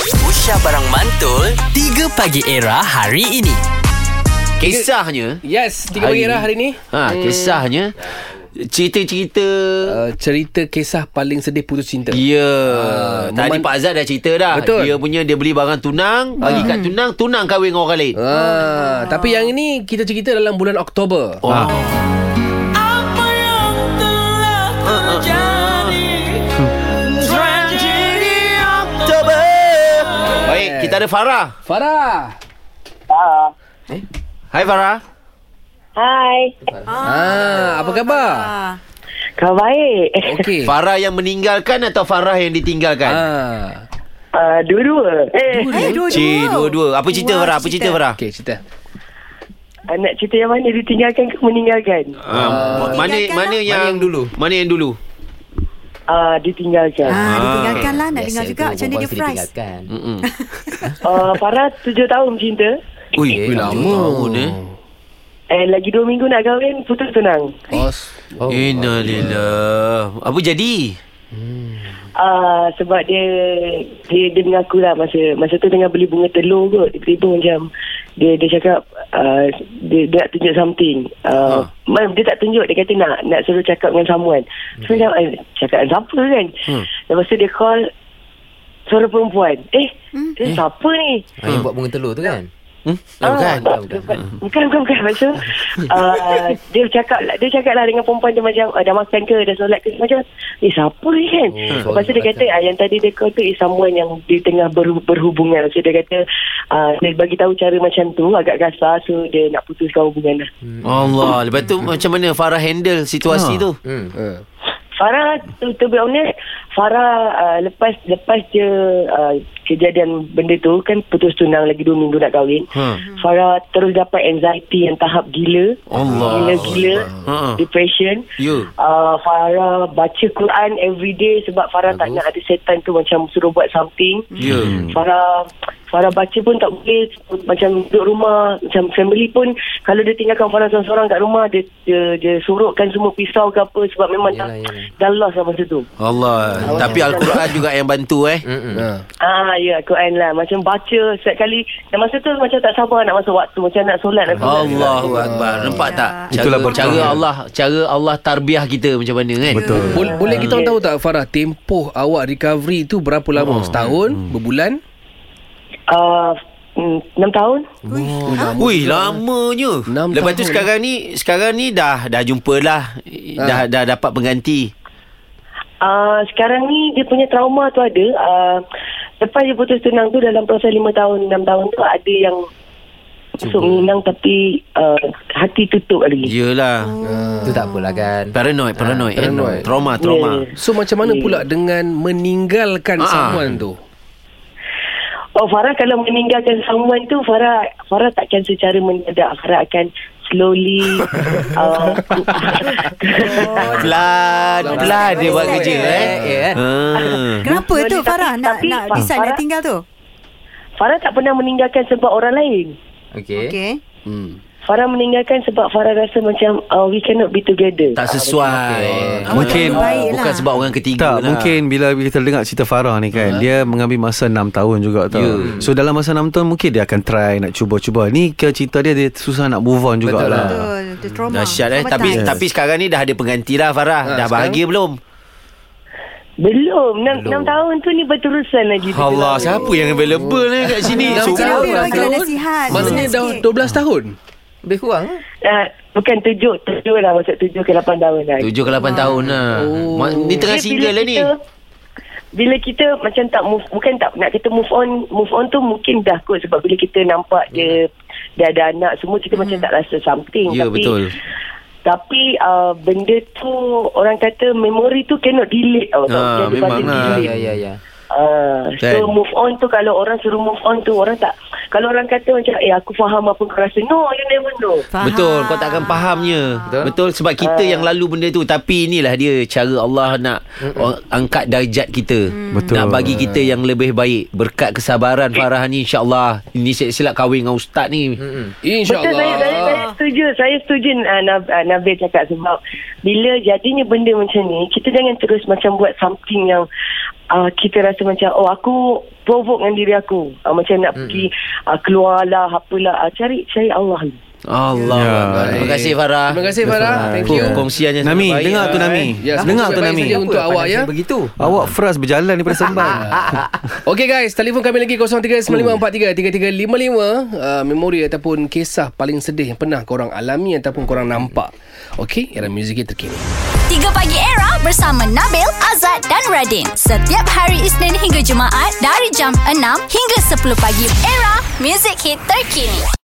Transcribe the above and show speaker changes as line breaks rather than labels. Aisyah Barang Mantul 3 Pagi Era hari ini
Kisahnya
Yes, tiga
Hari-
pagi Era hari ni.
ha, Kisahnya Cerita-cerita
Uh, cerita kisah paling sedih putus cinta.
Ya
Ah,
Tadi
momen-
Pak Azad dah cerita dah
Betul.
Dia punya Dia beli barang tunang Bagi kat tunang Tunang kahwin dengan orang lain
Ah, tapi yang ini kita cerita dalam bulan Oktober.
oh. ha.
Apa yang telah terjadi Tragedi
Oktober Baik Kita ada Farah
Farah.
Hai Farah
Hai.
Ah, apa khabar?
Kau baik.
Okey.
Farah yang meninggalkan Atau Farah yang ditinggalkan
Eh. Ah.
Uh, dua-dua. Eh,
Eh dua-dua
Cik, dua-dua Apa cerita
Wah,
Farah Apa cerita Farah
Okey, cerita.
Ah, nak cerita yang mana ditinggalkan ke meninggalkan?
Ah, mana
Tinggalkan
mana
lah.
yang, dulu? Mana yang dulu?
Uh, ditinggalkan.
Ah,
Ah.
ditinggalkan lah Nak dengar juga Macam mana dia fries
Kan.
Uh, Farah tujuh tahun cinta.
Ui, eh, lama tahun eh.
And lagi dua minggu nak kahwin, putus tunang.
Os.
Oh, Innalillah. Apa jadi?
Uh, sebab dia, dia dia mengaku lah masa masa tu tengah beli bunga telur kot. Tiba-tiba macam dia dia cakap uh, dia, dia nak tunjuk something. Uh, huh. Dia tak tunjuk, dia kata nak nak suruh cakap dengan someone. So macam eh, cakap dengan siapa kan? Hmm. Lepas tu dia call suara perempuan. Eh, hmm. eh, siapa ni?
Ha.
Hmm.
Yang buat bunga telur tu kan?
Ah.
Oh, kan?
Ah, bukan. Hmm. Bukan, bukan, bukan. Lepas tu, uh, dia cakap, dia cakap lah dengan perempuan dia macam, uh, dah makan ke, dah solat ke. Macam, eh siapa ni kan?
Oh,
Lepas tu dia kata, ah, yang tadi dia call tu is someone yang dia tengah berhu- berhubungan. So dia kata, uh, dia bagi tahu cara macam tu, agak kasar. So dia nak putuskan hubungan lah.
Allah. Lepas tu macam mana Farah handle situasi tu?
Hmm.
Ah.
Farah to, to be honest Farah uh, lepas lepas dia uh, kejadian benda tu kan putus tunang lagi 2 minggu nak kahwin.
Hmm.
Hmm. Farah terus dapat anxiety yang tahap gila.
Allah.
Gila-gila.
Ha.
Depression.
You.
Uh, Farah baca Quran every day sebab Farah tak nak ada setan tu macam suruh buat something.
Ya.
Hmm. Farah Farah baca pun tak boleh macam duduk rumah macam family pun kalau dia tinggalkan Farah seorang-seorang kat rumah dia, dia dia surutkan semua pisau ke apa sebab memang
Yelah,
yalah,
yelah.
dah dah lost lah masa tu.
Allah. Tapi Al-Quran juga yang bantu eh.
Mm-mm.
Ah.
Ah ya Quran lah macam baca setiap kali dan masa tu macam tak sabar nak masuk waktu macam nak solat lah. nak solat.
Allahu
Ya.
akbar. Nampak tak? Cara,
Itulah berkah.
cara Allah, cara Allah tarbiah kita macam mana kan? Betul.
Bo- boleh kita orang tahu tak Farah tempoh awak recovery tu berapa
Oh.
lama? Setahun,
Hmm.
berbulan?
Ah mm, enam tahun.
Oh, lama.
Ui, lamanya.
Enam
Lepas tu
tahun. Ha.
sekarang ni, sekarang ni dah dah jumpa lah. Dah dah dapat pengganti.
Ah sekarang ni dia punya trauma tu ada. Ah lepas dia putus tunang tu dalam proses lima tahun enam tahun tu ada yang masuk minang tapi ah, hati tutup lagi.
Yelah.
Tu tak apalah kan.
Paranoid, paranoid. eh.
Oh. Ha, paranoid.
Trauma, trauma.
Yeah.
So macam mana pula dengan meninggalkan
Ah.
someone tu?
Oh Farah kalau meninggalkan someone tu Farah Farah takkan secara mendadak Farah akan slowly uh,
Pelan-pelan dia buat kerja eh.
Ya,
Yeah.
Ah.
Kenapa tu
Tapi-
Farah Nak
tapi
nak
Fa-
decide nak
Farah-
tinggal tu
Farah tak pernah meninggalkan sebab orang lain
Okay. okay.
Ah.
Okay
Farah meninggalkan sebab Farah rasa macam uh, we cannot be together
Tak sesuai. Ah,
Okay.
Mungkin- Baik lah.
oh. bukan sebab orang ketiga
Tak,
lah.
mungkin bila kita dengar cerita Farah ni
Ha?
kan, dia mengambil masa 6 tahun juga tau.
Ya.
Yeah. So dalam masa 6 tahun mungkin dia akan try nak cuba-cuba. Ni ke cerita dia dia susah nak move on jugalah.
Betul Dia trauma
Dahsyat eh
Trauma
Tapi
time.
tapi sekarang ni Dah ada pengganti lah Farah Dah bahagia belum?
Belum 6, 6 tahun tu ni berterusan lagi
Ha.
tu.
Siapa yang available ni Kat sini
Enam
Macam
tahun,
lebih
enam
bagi
tahun.
nasihat
Maksudnya
Nasihat
dah
sikit.
12 tahun?
Lebih kurang lah.
uh, Bukan tujuh Tujuh lah Maksud tujuh ke lapan tahun lah
Tujuh ke lapan tahun lah Ma- Ni tengah
Dia
single lah ni
bila kita macam tak move bukan tak nak kata move on move on tu mungkin dah kot sebab bila kita nampak dia dia ada anak semua kita macam tak rasa something
Hmm. Ya
tapi
betul
tapi uh, benda tu orang kata memori tu cannot delete
Ah,
tau Dia ada
memang
bahasa
lah.
delete.
Ya, ya, ya.
Ah, so
Kan?
move on tu kalau orang suruh move on tu orang tak kalau orang kata macam eh aku faham apa kau rasa no you never know
Faham.
Betul Kau tak akan fahamnya Betul,
Betul.
Sebab kita yang lalu benda tu Tapi inilah dia Cara Allah nak orang- Angkat darjat kita
Betul.
Nak bagi kita yang lebih baik Berkat kesabaran Farah ni InsyaAllah Ini silap-silap kahwin dengan ustaz ni
Betul saya, saya, saya
InsyaAllah.
setuju Saya setuju uh, Nab, uh, Nabil cakap Sebab Bila jadinya benda macam ni Kita jangan terus macam buat something yang uh, kita rasa macam oh aku provoke dengan diri aku uh, macam nak hmm. pergi uh, keluarlah apalah uh, cari cari Allah ni
Allah.
Ya.
Allah. Terima kasih Farah.
Terima kasih Farah. Thank
Untuk
you. lah.
Kongsiannya sangat
Nami,
baik.
dengar tu Nami.
Ya,
Ya,
semoga
dengar tu
baik
Nami.
saja untuk
Apa
awak,
pandai
ya?
saya Begitu.
Awak frust berjalan daripada Semban.
Okey guys, telefon kami lagi 0395433355 uh, memori ataupun kisah paling sedih yang pernah korang alami ataupun korang nampak. Okey, era muzik terkini.
3 Pagi Era bersama Nabil, Azad dan Radin. Setiap hari Isnin hingga Jumaat dari jam 6 hingga 10 pagi. Era, music hit terkini.